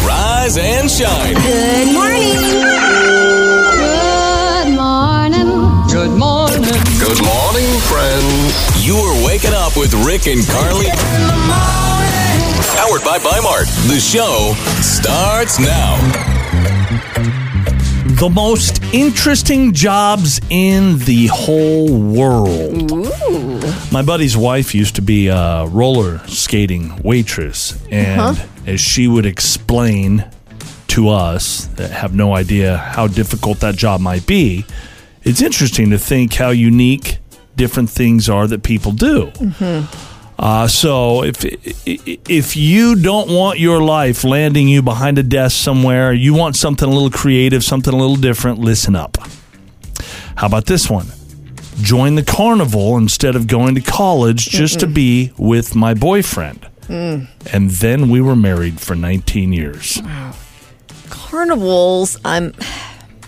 rise and shine. Good morning. Good morning. Good morning. Good morning, friends. You are waking up with Rick and Carly. Powered by Bimart. The show starts now. The most interesting jobs in the whole world. My buddy's wife used to be a roller skating waitress, and as she would explain to us that have no idea how difficult that job might be, it's interesting to think how unique different things are that people do. Uh, so if if you don't want your life landing you behind a desk somewhere, you want something a little creative, something a little different, listen up. How about this one? Join the carnival instead of going to college just to be with my boyfriend. And then we were married for 19 years. Carnivals um,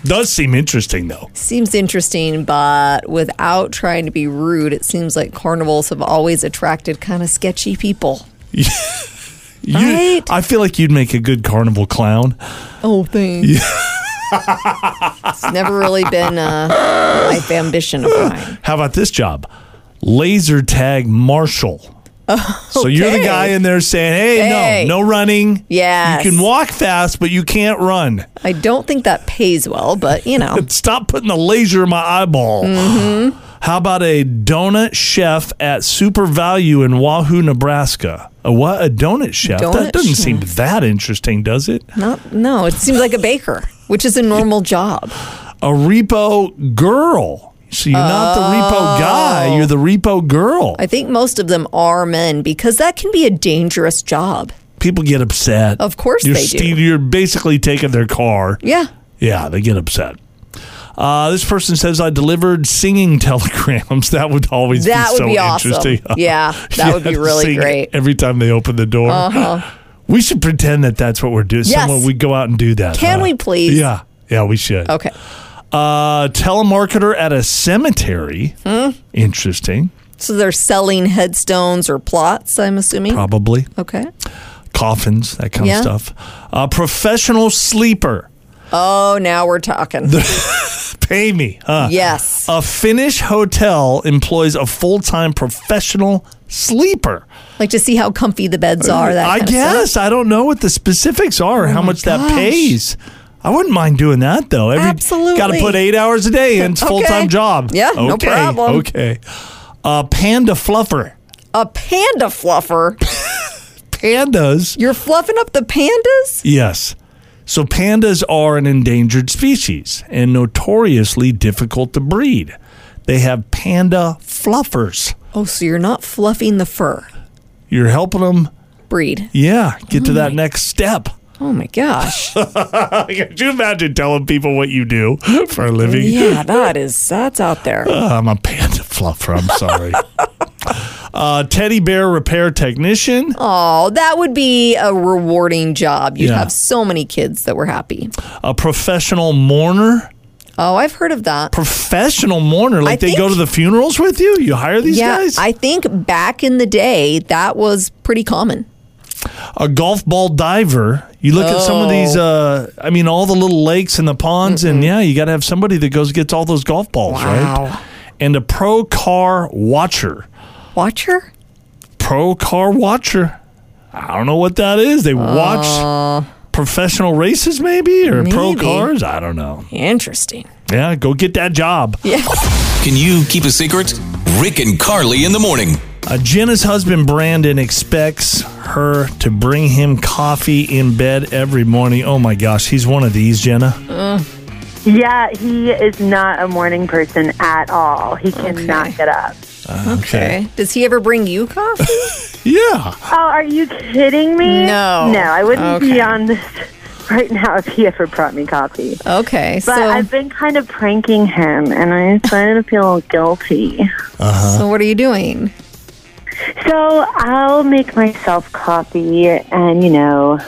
Does seem interesting though. seems interesting, but without trying to be rude, it seems like carnivals have always attracted kind of sketchy people. You- Right? I feel like you'd make a good carnival clown. Oh, thanks. it's never really been a life ambition of mine. How about this job? Laser tag marshal. So you're the okay. guy in there saying, "Hey, Hey. no, no running. Yes. you can walk fast, but you can't run. I don't think that pays well, but you know. Stop putting the laser in my eyeball." Mm-hmm. How about a donut chef at Super Value in Wahoo, Nebraska? A what? A donut chef? Donut that doesn't seem that interesting, does it? Not, no, it seems like a baker, which is a normal job. A repo girl. So you're not the Oh. repo guy. You're the repo girl. I think most of them are men because that can be a dangerous job. people get upset. Of course you're they do. You're basically taking their car. Yeah. Yeah, they get upset. Uh, this person says I delivered singing telegrams. That would always That be would so be awesome. interesting. Yeah, that You would be have to really sing great. Uh-huh. Every time they open the door, we should pretend that that's what we're doing. Yes. Someone, we go out and do that. Can we please? Yeah, yeah, we should. Okay. Uh, telemarketer at a cemetery. Hmm? Interesting, So they're selling headstones or plots, I'm assuming. probably. Okay. Coffins, that kind Yeah. of stuff. A professional sleeper. Oh, now we're talking. Pay me, huh? yes. A Finnish hotel employs a full time professional sleeper. Like to see how comfy the beds are. That I kind of guess. I don't know what the specifics are, how much that gosh. pays. I wouldn't mind doing that though. Absolutely. Got to put eight hours a day in. It's a Okay. full time job. Yeah, no Okay, problem. Okay. A panda fluffer. stuff. A panda fluffer. Pandas. You're fluffing up the pandas? Yes. So pandas are an endangered species and notoriously difficult to breed. They have panda fluffers. Oh, so you're not fluffing the fur. You're helping them Breed. Yeah, get to that next step. Oh my gosh. Could you imagine telling people what you do for a living? yeah, that is that's out there. Ah, I'm a panda fluffer. I'm sorry. uh, teddy bear repair technician. Oh, that would be a rewarding job. You'd Yeah. have so many kids that were happy. A professional mourner. Oh, I've heard of that. Professional mourner. Like they think- go to the funerals with you? You hire these yeah, guys? I think back in the day that was pretty common. a golf ball diver. You look at some of these, uh, I mean, all the little lakes and the ponds, and yeah, you got to have somebody that goes and gets all those golf balls, Wow. right? And a pro car watcher. Watcher? pro car watcher. I don't know what that is. They watch professional races, maybe, or pro Uh. Maybe. cars. I don't know. Interesting. Yeah, go get that job. Can you keep a secret? Rick and Carly in the morning. Uh, Jenna's husband, Brandon, expects her to bring him coffee in bed every morning. Oh my gosh, he's one of these, Jenna. Yeah, he is not a morning person at all. He cannot get up. Okay. Does he ever bring you coffee? Yeah. Oh, are you kidding me? No. No, I wouldn't Okay. be on this right now if he ever brought me coffee. okay. But so, I've been kind of pranking him, and I'm starting to feel guilty. so what are you doing? So I'll make myself coffee and, you know,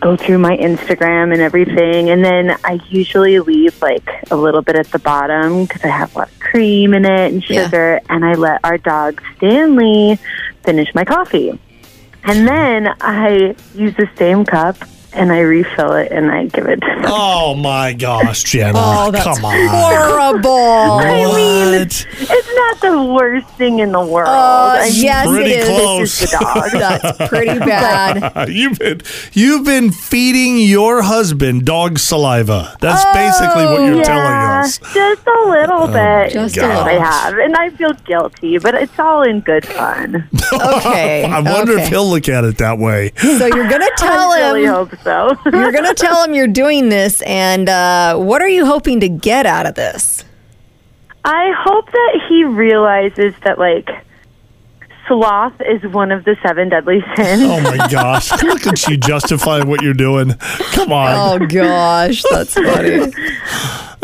go through my Instagram and everything. And then I usually leave like a little bit at the bottom because I have a lot of cream in it and Yeah. sugar. And I let our dog Stanley finish my coffee. And then I use the same cup and I refill it and I give it to them. Oh my gosh, Jenna! Oh, that's come on. horrible. What? It's not the worst thing in the world. Uh, I mean, yes, it pretty is. close. It's the dog. That's pretty bad. Uh, You've been you've been feeding your husband dog saliva. That's basically what you're telling us. Oh, Just a little bit. Just a Yes, little. I have. And I feel guilty, but it's all in good fun. Okay. I wonder if okay. he'll look at it that way. So you're gonna tell I really him. hope so. You're gonna tell him you're doing this, and uh, what are you hoping to get out of this? I hope that he realizes that, like, sloth is one of the seven deadly sins. Oh my gosh! Look at you justifying what you're doing. Come on. Oh gosh, that's funny.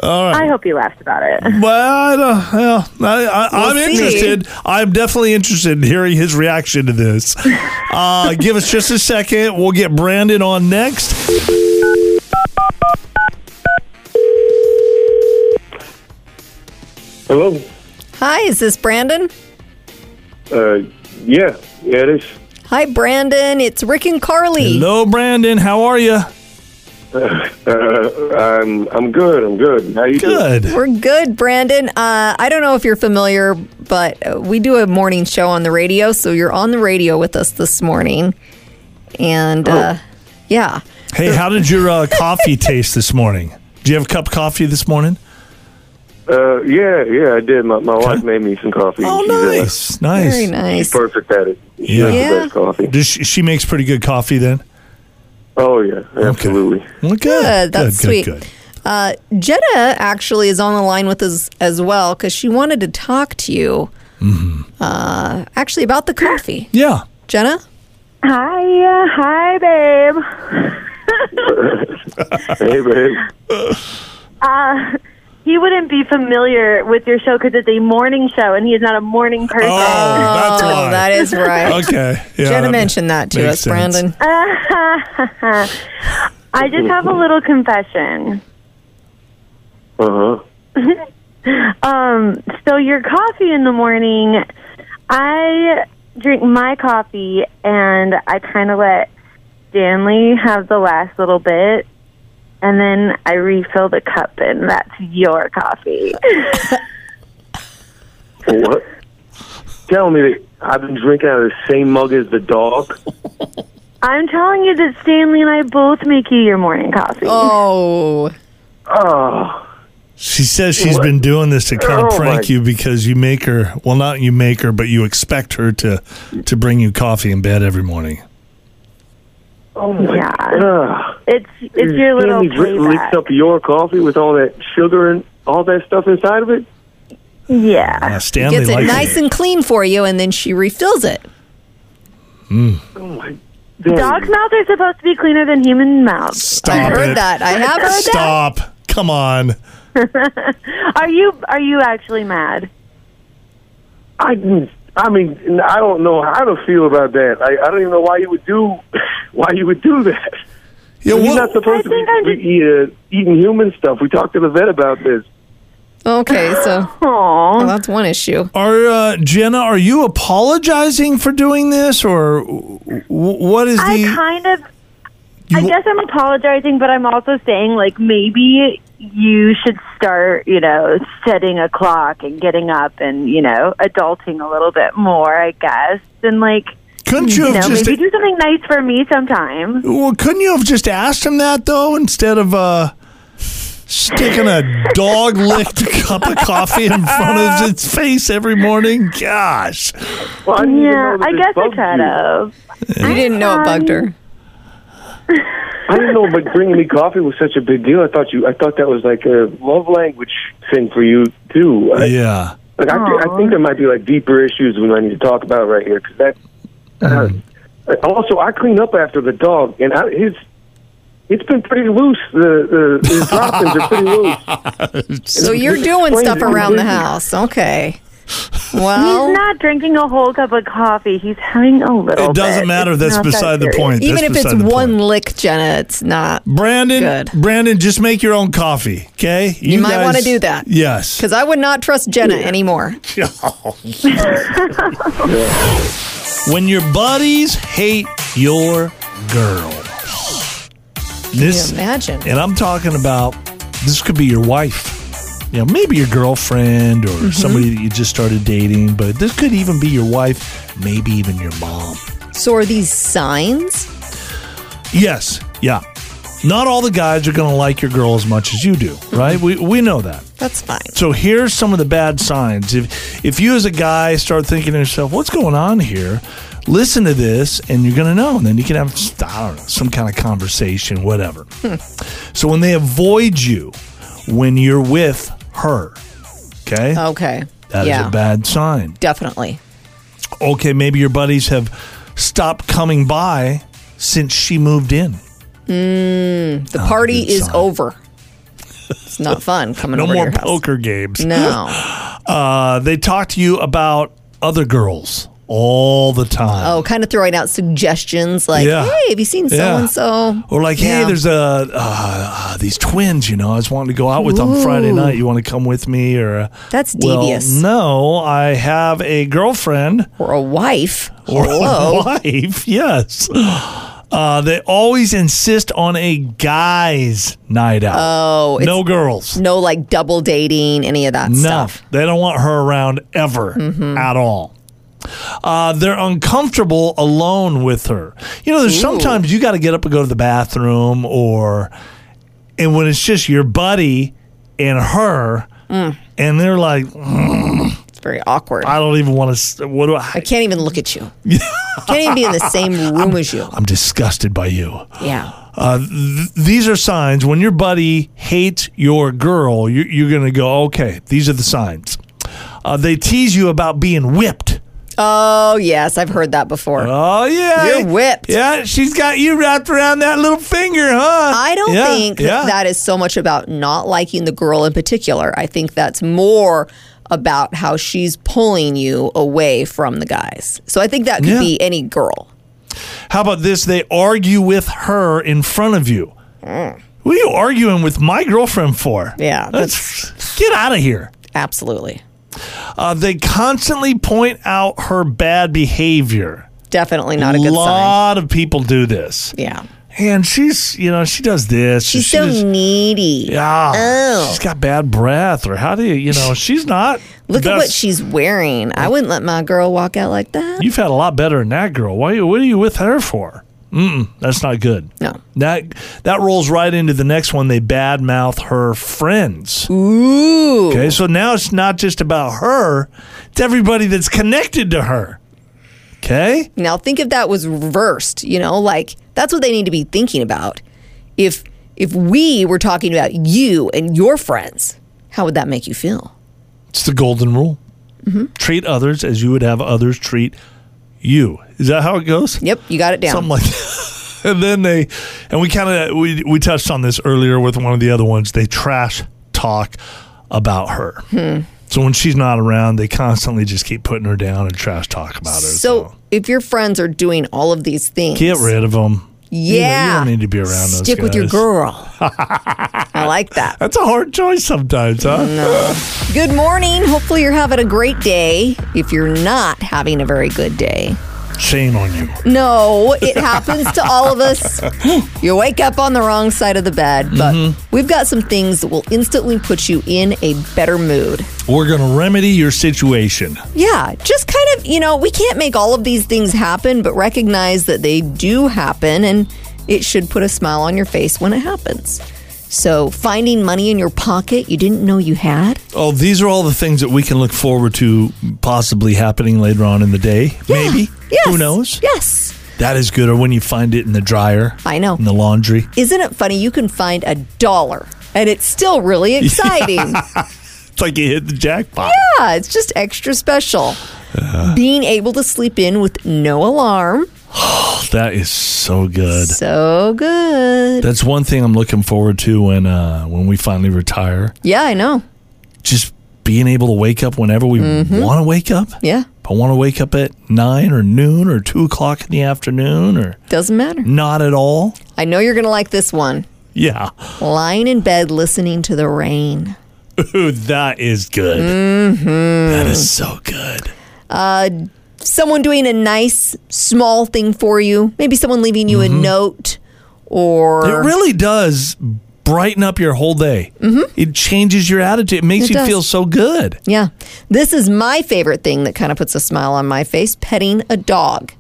Oh. I hope he laughs about it. Well, I don't- uh, well, I, I, I'm see. interested. I'm definitely interested in hearing his reaction to this. Uh, give us just a second. We'll get Brandon on next. Hello. Hi, is this Brandon? Uh, yeah, yeah, it is. Hi, Brandon. It's Rick and Carly. Hello, Brandon. How are you? Uh, I'm I'm good. I'm good. How you doing? Good. We're good, Brandon. Uh, I don't know if you're familiar, but uh, we do a morning show on the radio, so you're on the radio with us this morning. Oh. And uh, yeah, Hey, how did your uh, coffee taste this morning? Did you have a cup of coffee this morning? Uh, yeah, yeah, I did. My, my wife made me some coffee. Oh, she's, uh, nice, nice. very nice. perfect at it. She Yeah. makes Yeah. the best coffee. Does she, she makes pretty good coffee then? Oh yeah, absolutely. Well, good. Good, that's good, sweet. Good, good. Uh, Jetta actually is on the line with us as well because she wanted to talk to you Mm-hmm. uh, actually about the coffee. Yeah. Jenna? Hi, uh, hi, babe. Hey, babe. He wouldn't be familiar with your show because it's a morning show, and he is not a morning person. Oh, that's why. Oh, that is right. okay. Yeah, Jenna that mentioned that to makes us, sense. Brandon. Um, I just have a little confession. Uh huh. Um, so your coffee in the morning, I drink my coffee and I kind of let Stanley have the last little bit, and then I refill the cup, and that's your coffee. What? Tell me that I've been drinking out of the same mug as the dog. I'm telling you that Stanley and I both make you your morning coffee. Oh, Oh, She says she's been doing this to kind of Oh, prank my- you because you make her, well, not you make her, but you expect her to to bring you coffee in bed every morning. oh my Yeah. god. It's it's your little Stanley drink- playback. licks up your coffee with all that sugar and all that stuff inside of it. Yeah. Uh, Stanley gets it likes nice and clean for you, and then she refills it. Oh my. Dang. Dog's mouths are supposed to be cleaner than human mouths. Stop I heard it. that. I have heard that. Stop. Come on. Are you are you actually mad? I didn't- I mean, I don't know how to feel about that. I, I don't even know why you would do why you would do that. Yeah, You're what- not supposed I to be, think I'm just- be, uh, eating human stuff. We talked to the vet about this. Okay, so well, Aww. that's one issue. Are uh, Jenna? Are you apologizing for doing this, or w- w- what is the? I kind of I You- guess I'm apologizing, but I'm also saying like maybe you should start, you know, setting a clock and getting up and, you know, adulting a little bit more, I guess. And like couldn't you you have know, just? maybe do something nice for me sometime. well, couldn't you have just asked him that though, instead of uh, sticking a dog licked cup of coffee in front of his face every morning? Gosh, Well, I didn't even Yeah, know that I this guess I bugged could you. have. You didn't know Um, it bugged her. I didn't know, but bringing me coffee was such a big deal. I thought you. I thought that was like a love language thing for you too. I, yeah. like, I, thi- I think there might be like deeper issues we might need to talk about right here because that. Uh, also, I clean up after the dog, and I, his. It's been pretty loose. The, the his droppings are pretty loose. So you're doing explains stuff it. around the house. Okay. Well, He's not drinking a whole cup of coffee. He's having a little. It doesn't bit. matter. It's That's not that beside the serious. point. even That's if it's beside the one point. lick, Jenna, it's not. Brandon, Good. Brandon, just make your own coffee, okay? You might wanna guys- do that. Yes. Because I would not trust Jenna anymore. When your buddies hate your girl. This, imagine? And I'm talking about this could be your wife. You know, maybe your girlfriend or somebody that you just started dating, but this could even be your wife, maybe even your mom. So are these signs? Yes, yeah. Not all the guys are going to like your girl as much as you do, right? We, we know that. That's fine. So here's some of the bad signs. If if you as a guy start thinking to yourself, "What's going on here?" Listen to this, and you're going to know. And then you can have I don't know some kind of conversation, whatever. Hmm. so when they avoid you when you're with her, okay, Okay. that is Oh, yeah. a bad sign. Definitely. Okay, maybe your buddies have stopped coming by since she moved in. The party Oh, good is sign. over. It's not fun coming No over to more your house. poker games. No. Uh, they talk to you about other girls all the time. Oh, kind of throwing out suggestions like, Yeah. hey, have you seen so and so? Or like, hey, Yeah. there's a uh, uh, these twins. You know, I was wanting to go out with on Friday Ooh. night. You want to come with me? Or uh, That's well, devious. no, I have a girlfriend Or a wife. or Hello. a wife. Yes. Uh, they always insist on a guy's night out. Oh, it's no girls. no like double dating, any of that No, stuff. they don't want her around ever at all. Uh, they're uncomfortable alone with her. You know, there's sometimes you got to get up and go to the bathroom, or and when it's just your buddy and her, and they're like, It's very awkward. I I, don't even want to. What do I? can't even look at you. can't even be in the same room as you. I'm disgusted by you. Yeah. Uh, th- these are signs when your buddy hates your girl. You- you're going to go, okay. These are the signs. Uh, they tease you about being whipped. Oh, yes. I've heard that before. Oh yeah, You're whipped. Yeah, she's got you wrapped around that little finger, huh? I don't Yeah, think that yeah. that is so much about not liking the girl in particular. I think that's more about how she's pulling you away from the guys. So I think that could Yeah. be any girl. How about this? They argue with her in front of you. What are you arguing with my girlfriend for? Yeah, that's, get out of here. Absolutely. Uh, they constantly point out her bad behavior. Definitely not a good sign. lot of people do this, Yeah. and she's you know she does this. She's she so does- needy. Yeah, Oh. she's got bad breath, or how do you you know she's not. the Look at what best- she's wearing. I wouldn't let my girl walk out like that. You've had a lot better than that girl. Why? What are you with her for? Mm-mm, that's not good. No. That that rolls right into the next one. They badmouth her friends. Ooh. Okay, so now it's not just about her; it's everybody that's connected to her. Okay, Now think if that was reversed, you know, like that's what they need to be thinking about. If if we were talking about you and your friends, how would that make you feel? it's the golden rule: Mm-hmm. treat others as you would have others treat you. Is that how it goes? Yep, you got it down. something like that. and then they and we kind of we we touched on this earlier with one of the other ones they trash talk about her Hmm. so when she's not around they constantly just keep putting her down and trash talk about her so if your friends are doing all of these things, get rid of them Yeah, don't need to be around those Stick with your guys. girl. I like that. that's a hard choice sometimes huh Good morning. Hopefully you're having a great day. If you're not having a very good day, shame on you No, it happens to all of us. You wake up on the wrong side of the bed, but we've got some things that will instantly put you in a better mood. we're gonna remedy your situation Yeah, just kind of, you know, we can't make all of these things happen, but recognize that they do happen and it should put a smile on your face when it happens. So, finding money in your pocket you didn't know you had. oh these are all the things that we can look forward to possibly happening later on in the day maybe Yes. who knows Yes. That is good. Or when you find it in the dryer. I know. In the laundry. Isn't it funny? You can find a dollar and it's still really exciting. It's like you hit the jackpot. Yeah, it's just extra special. Being able to sleep in with no alarm. Oh, That is so good. So good. That's one thing I'm looking forward to when uh, when we finally retire. Yeah, I know. Just being able to wake up whenever we want to wake up. Mm-hmm. Yeah. If I want to wake up at nine or noon or two o'clock in the afternoon or Doesn't matter. not at all. I know you're going to like this one. Yeah. Lying in bed listening to the rain. Ooh, that is good. Mm-hmm. That is so good. Uh, Someone doing a nice small thing for you. Maybe someone leaving you a note or It really does brighten up your whole day. Mm-hmm. It changes your attitude. It makes It you does. feel so good. Yeah. This is my favorite thing that kind of puts a smile on my face petting a dog.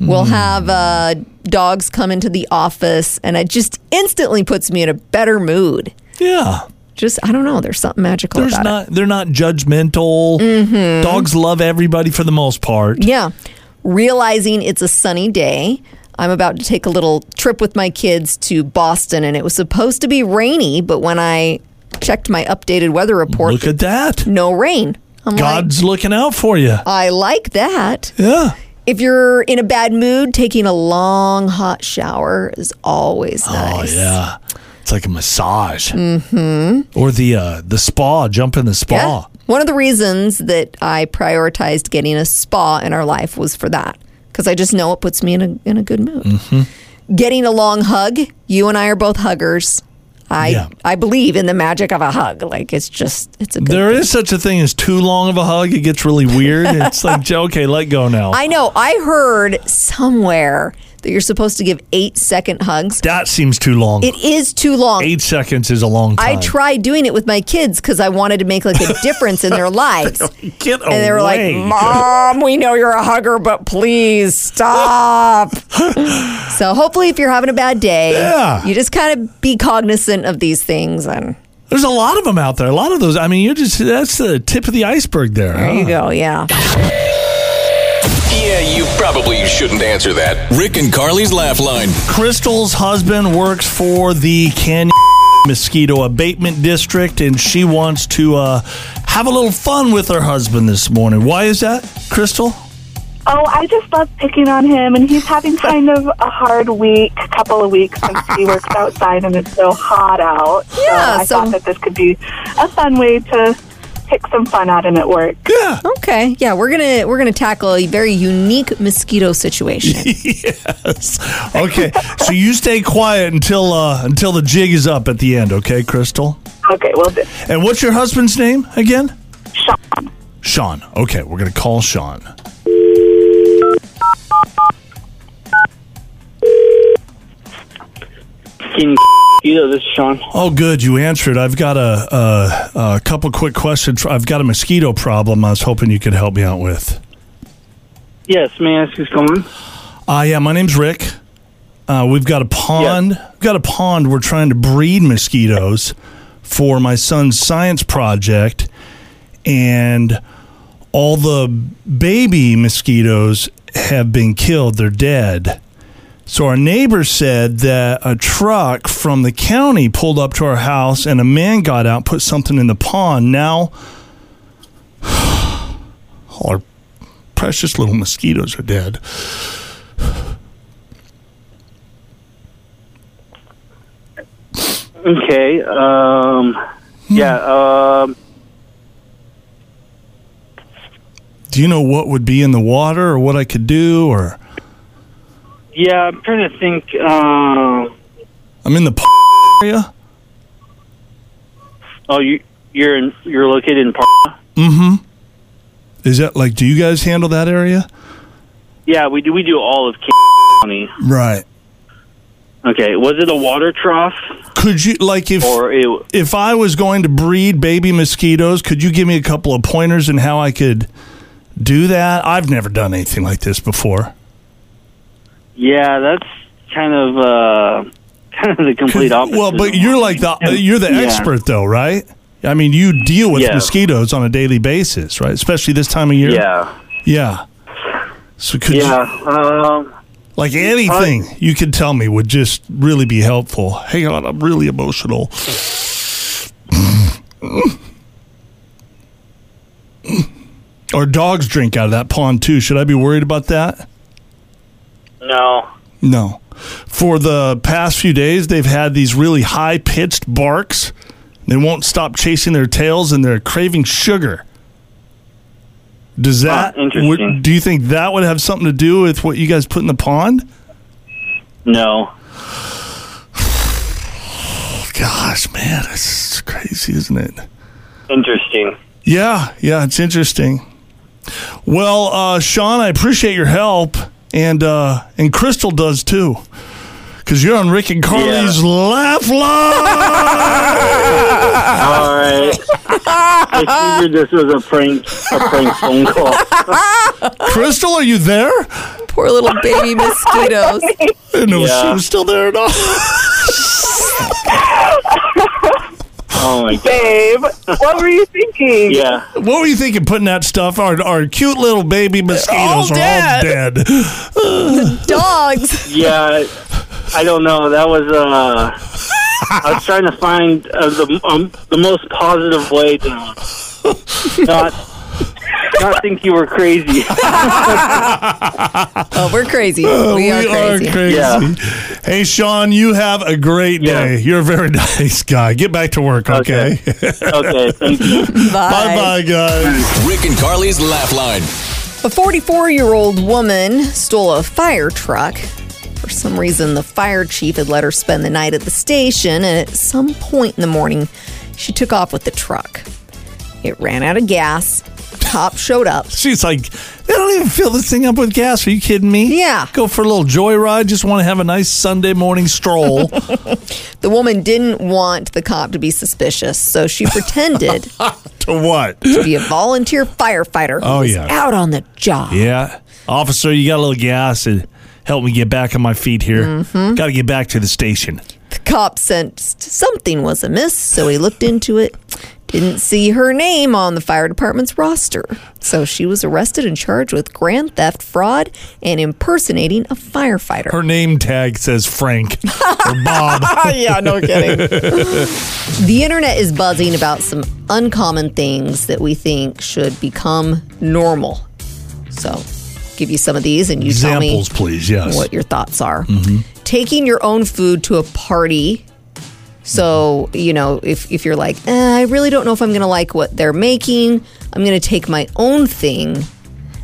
We'll have uh, dogs come into the office, and it just instantly puts me in a better mood. Yeah. Just, I don't know, there's something magical There's about not they're not judgmental. Mm-hmm. Dogs love everybody for the most part. it. Yeah. Realizing it's a sunny day, I'm about to take a little trip with my kids to Boston, and it was supposed to be rainy, but when I checked my updated weather report, Look at that. no rain. I'm like, God's looking out for you. I like that. Yeah. If you're in a bad mood, taking a long hot shower is always nice. Oh yeah. It's like a massage. Mm-hmm. Or the uh, the spa, jump in the Yeah. spa. One of the reasons that I prioritized getting a spa in our life was for that, because I just know it puts me in a, in a good mood. Mm-hmm. Getting a long hug. You and I are both huggers. I Yeah. I believe in the magic of a hug. Like it's just it's a good There is such a thing as too long of a hug. It gets really weird. it's like, okay, let go now. I know. I heard somewhere that you're supposed to give eight second hugs. that seems too long. It is too long. Eight seconds is a long time. I tried doing it with my kids because I wanted to make like a difference in their lives. Get away. And they were like, Mom, we know you're a hugger, but please stop. so hopefully, if you're having a bad day, Yeah. you just kind of be cognizant of these things. And There's a lot of them out there. A lot of those. I mean, you're just that's the tip of the iceberg there. there you go. Yeah. Yeah, you probably shouldn't answer that. Rick and Carly's Laugh Line. Crystal's husband works for the Canyon Mosquito Abatement District, and she wants to uh, have a little fun with her husband this morning. Why is that, Crystal? Oh, I just love picking on him, and he's having kind of a hard week, couple of weeks since he works outside and it's so hot out. Yeah, so I so- thought that this could be a fun way to pick some fun out of him at work. Yeah. Okay. Yeah, we're gonna we're gonna tackle a very unique mosquito situation. Yes. Okay. so you stay quiet until uh, until the jig is up at the end, okay, Crystal? Okay, well, th- And what's your husband's name again? Sean. Sean. Okay, we're gonna call Sean. King Keto, this is Sean. Oh, good. You answered. I've got a, a, a couple quick questions. I've got a mosquito problem I was hoping you could help me out with. Yes, may I ask who's calling? Uh, yeah, my name's Rick. Uh, we've got a pond. We've got a pond. We're trying to breed mosquitoes for my son's science project, and all the baby mosquitoes have been killed. They're dead. So our neighbor said that a truck from the county pulled up to our house, and a man got out, put something in the pond. Now, all our precious little mosquitoes are dead. Okay. Um. Yeah. Um. do you know what would be in the water or what I could do or Yeah. I'm trying to think. Um. I'm in the p- area? Oh, you you're in, you're located in Park. Is that like do you guys handle that area? Yeah, we do. We do all of King County. Right. Okay. Was it a water trough Could you like if or it? if I was going to breed baby mosquitoes, could you give me a couple of pointers in how I could do that? I've never done anything like this before. Yeah, that's kind of uh kind of the complete opposite. Well, but you're like the uh, you're the Yeah. expert though, right? I mean, you deal with Yeah. mosquitoes on a daily basis, right? Especially this time of year. Yeah. Yeah. So could you Yeah. Um. Like anything you could tell me would just really be helpful. Hang on, I'm really emotional. Our dogs drink out of that pond too. Should I be worried about that? No. No. For the past few days, they've had these really high pitched barks. They won't stop chasing their tails and they're craving sugar. Does that, interesting. would- do you think that would have something to do with what you guys put in the pond? No. gosh, man, it's crazy, isn't it? Interesting. Yeah, yeah, it's interesting. Well, uh, Sean, I appreciate your help, and uh, and Crystal does too. because you're on Rick and Carly's laugh line. All right. I figured this was a prank, a prank phone call. Crystal, are you there? Poor little baby mosquitoes. I didn't know if she Yeah. was still there or not. Oh my god. Babe, what were you thinking? Yeah. What were you thinking putting that stuff? Our, our cute little baby mosquitoes are all dead. dead. Dogs. Yeah. I don't know. That was uh. I was trying to find uh, the um, the most positive way to not not think you were crazy. Oh, we're crazy. Uh, we are crazy. Yeah. Hey, Sean, you have a great Yeah. day. You're a very nice guy. Get back to work, okay? okay. Thank you. bye bye, guys. Rick and Carly's Laugh Line. A 44 year old woman stole a fire truck. For some reason, the fire chief had let her spend the night at the station, and at some point in the morning, she took off with the truck. It ran out of gas. The cop showed up. She's like, they don't even fill this thing up with gas. Are you kidding me? Yeah. Go for a little joyride. Just want to have a nice Sunday morning stroll. The woman didn't want the cop to be suspicious, so she pretended to what? to be a volunteer firefighter who Oh, was yeah. out on the job. Yeah. Officer, you got a little gas and help me get back on my feet here. Mm-hmm. Got to get back to the station. The cop sensed something was amiss, so he looked into it. Didn't see her name on the fire department's roster. So she was arrested and charged with grand theft, fraud, and impersonating a firefighter. Her name tag says Frank or Bob. yeah, no kidding. the internet is buzzing about some uncommon things that we think should become normal. So, give you some of these and you Examples, tell me please. Yes. Mm-hmm. what your thoughts are. Taking your own food to a party. So, Mm-hmm. you know, if, if you're like, eh, I really don't know if I'm going to like what they're making, I'm going to take my own thing.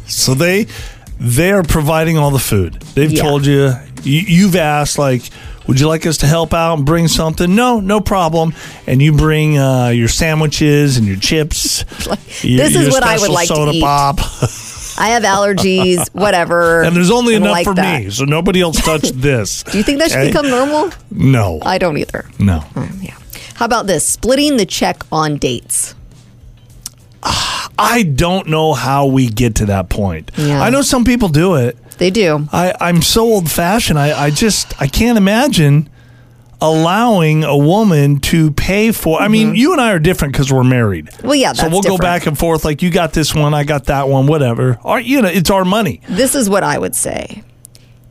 So they they are providing all the food. They've Yeah. told you, you you've asked like would you like us to help out and bring something? No, no problem. And you bring uh, your sandwiches and your chips. your- this is your what I would special like to soda eat. pop. I have allergies, whatever. And there's only I don't enough like for that. me, so nobody else touched this. Do you think that should Okay? become normal? No, I don't either. no. Yeah. How about this? Splitting the check on dates. I don't know how we get to that point. Yeah. I know some people do it. They do. I, I'm so old fashioned. I, I just I can't imagine allowing a woman to pay for. I mean, you and I are different because we're married. Mm-hmm. Well, yeah, so that's we'll different. go back and forth. Like you got this one, I got that one, whatever. Or you know, it's our money. This is what I would say.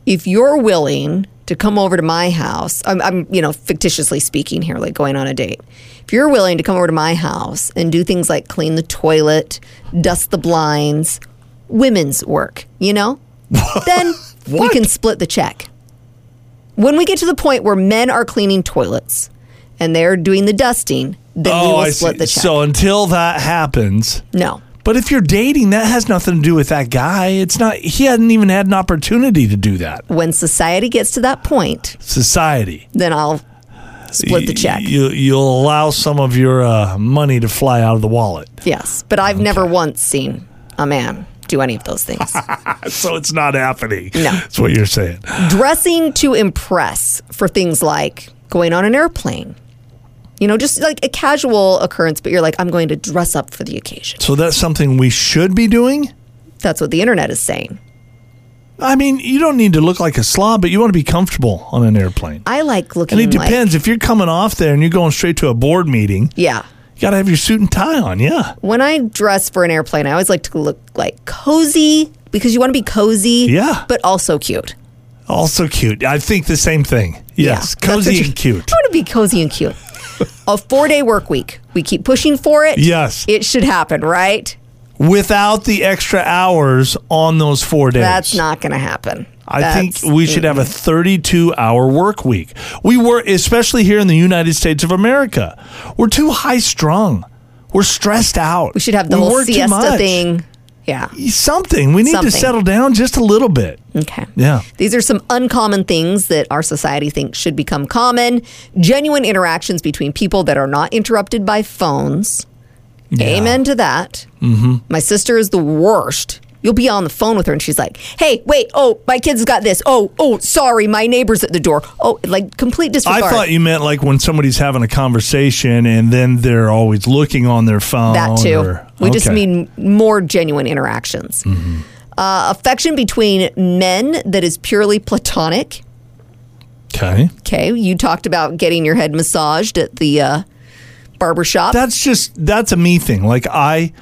If you're willing to come over to my house, I'm, I'm, you know, fictitiously speaking here, like going on a date. If you're willing to come over to my house and do things like clean the toilet, dust the blinds, women's work, you know, then we can split the check. When we get to the point where men are cleaning toilets and they're doing the dusting, then we will split the check. Oh, So until that happens, no. but if you're dating, that has nothing to do with that guy. It's not. He hadn't even had an opportunity to do that. when society gets to that point, Society then I'll split the check. You you'll allow some of your uh, money to fly out of the wallet. Yes, but I've never once seen a man do any of those things. So it's not happening. No. That's what you're saying. Dressing to impress for things like going on an airplane. You know, just like a casual occurrence, but you're like, I'm going to dress up for the occasion. So that's something we should be doing? That's what the internet is saying. I mean, you don't need to look like a slob, but you want to be comfortable on an airplane. I like looking And it Mm, like- depends. if you're coming off there and you're going straight to a board meeting, yeah. you got to have your suit and tie on. Yeah. When I dress for an airplane, I always like to look like cozy because you want to be cozy, Yeah. but also cute. Also cute. I think the same thing. Yes. Yeah, that's what Cozy you- and cute. I want to be cozy and cute. a four day work week. We keep pushing for it. Yes. It should happen, right? Without the extra hours on those four days. That's not going to happen. I That's- mm. think we should have a 32 hour work week. We were, especially here in the United States of America, we're too high strung. We're stressed out. We should have the whole work too siesta much. thing. Yeah. Something. We need to Something. settle down just a little bit. Okay. Yeah. These are some uncommon things that our society thinks should become common. Genuine interactions between people that are not interrupted by phones. Amen to that. Mm-hmm. My sister is the worst You'll be on the phone with her, and she's like, "Hey, wait! Oh, my kid's got this. Oh, oh, sorry, my neighbor's at the door. Oh, like complete I disregard." thought you meant like when somebody's having a conversation and then they're always looking on their phone. that too. or- we just Okay. Mm-hmm. mean more genuine interactions. Uh, affection between men that is purely platonic. Okay. Okay, you talked about getting your head massaged at the uh, barber shop. That's just that's a me thing. Like I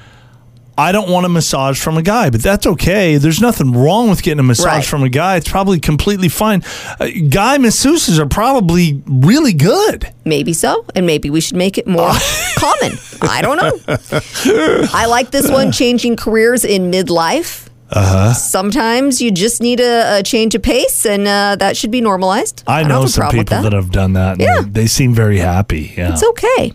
I don't want a massage from a guy, but that's okay. There's nothing wrong with getting a massage Right. from a guy. It's probably completely fine. Uh, guy masseuses are probably really good. Maybe so, and maybe we should make it more Oh. common. I don't know. I like this one changing careers in midlife. Uh-huh. Sometimes you just need a, a change of pace, and uh, that should be normalized. I, don't know have a some problem with people that. have done that. And Yeah. they, they seem very happy. Yeah. It's okay.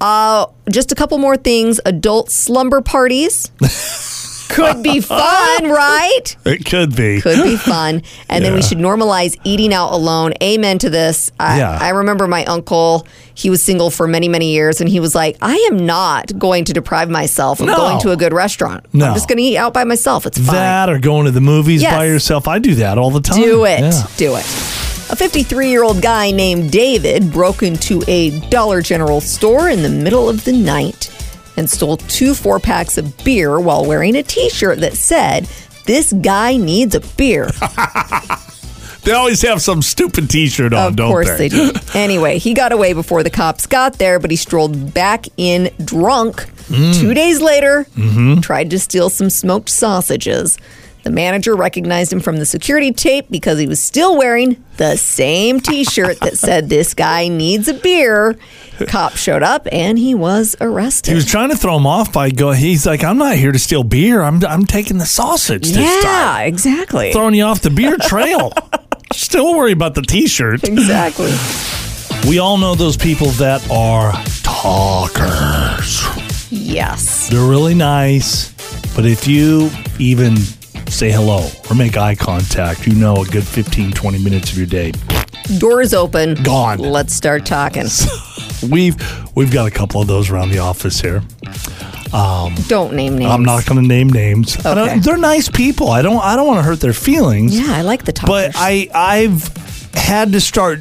Uh, just a couple more things. Adult slumber parties could be fun, right? it could be. Could be fun. And then we Yeah. should normalize eating out alone. Amen to this. I, Yeah. I remember my uncle, he was single for many, many years, and he was like, I am not going to deprive myself of No. going to a good restaurant. No. I'm just going to eat out by myself. It's fine. That or going to the movies by Yes. yourself. I do that all the time. Do it. Yeah. Do it. A 53 year old guy named David broke into a Dollar General store in the middle of the night and stole two four packs of beer while wearing a t shirt that said, This guy needs a beer. They always have some stupid T-shirt on, of don't course they? they do. Anyway, he got away before the cops got there, but he strolled back in drunk. Mm. Two days later, Mm-hmm. tried to steal some smoked sausages. The manager recognized him from the security tape because he was still wearing the same t shirt that said, This guy needs a beer. Cop showed up and he was arrested. He was trying to throw him off by going. He's like, "I'm not here to steal beer. I'm I'm taking the sausage this time." yeah, exactly. Throwing you off the beer trail. Still worry about the T-shirt. Exactly. We all know those people that are talkers. Yes. They're really nice, but if you even say hello or make eye contact, you know a good 15, 20 minutes of your day Doors open. Gone. Let's start talking. We've we've got a couple of those around the office here. Don't name names. I'm not going to name names. I don't- Okay. They're nice people. I don't I don't want to hurt their feelings. Yeah, I like the but talkers. I I've had to start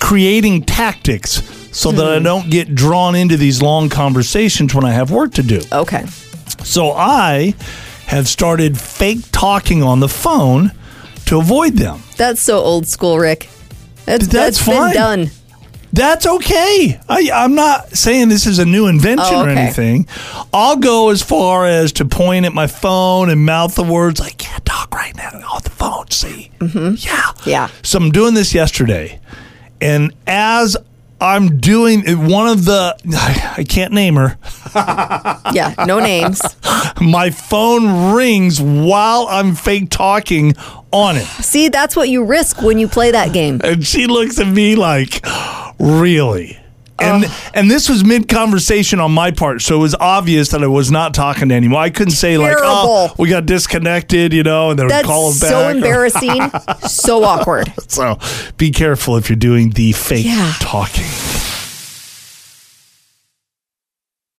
creating tactics so that Hmm. I don't get drawn into these long conversations when I have work to do. Okay. So I have started fake talking on the phone to avoid them. That's so old school, Rick. That's, But that's that's been fine. done. That's okay. I, I'm not saying this is a new invention Oh, or okay. anything. I'll go as far as to point at my phone and mouth the words. I can't talk right now on the phone. See, mm-hmm. yeah, Yeah. So I'm doing this yesterday, and as I'm doing it, one of the I can't name her. Yeah, no names. My phone rings while I'm fake talking on it. See, that's what you risk when you play that game. And she looks at me like, really? And and this was mid conversation on my part, so it was obvious that I was not talking to anyone. I couldn't say like, Terrible. "Oh, we got disconnected," you know, and then That's call us back. so or- embarrassing, so awkward. so be careful if you're doing the fake Yeah. talking.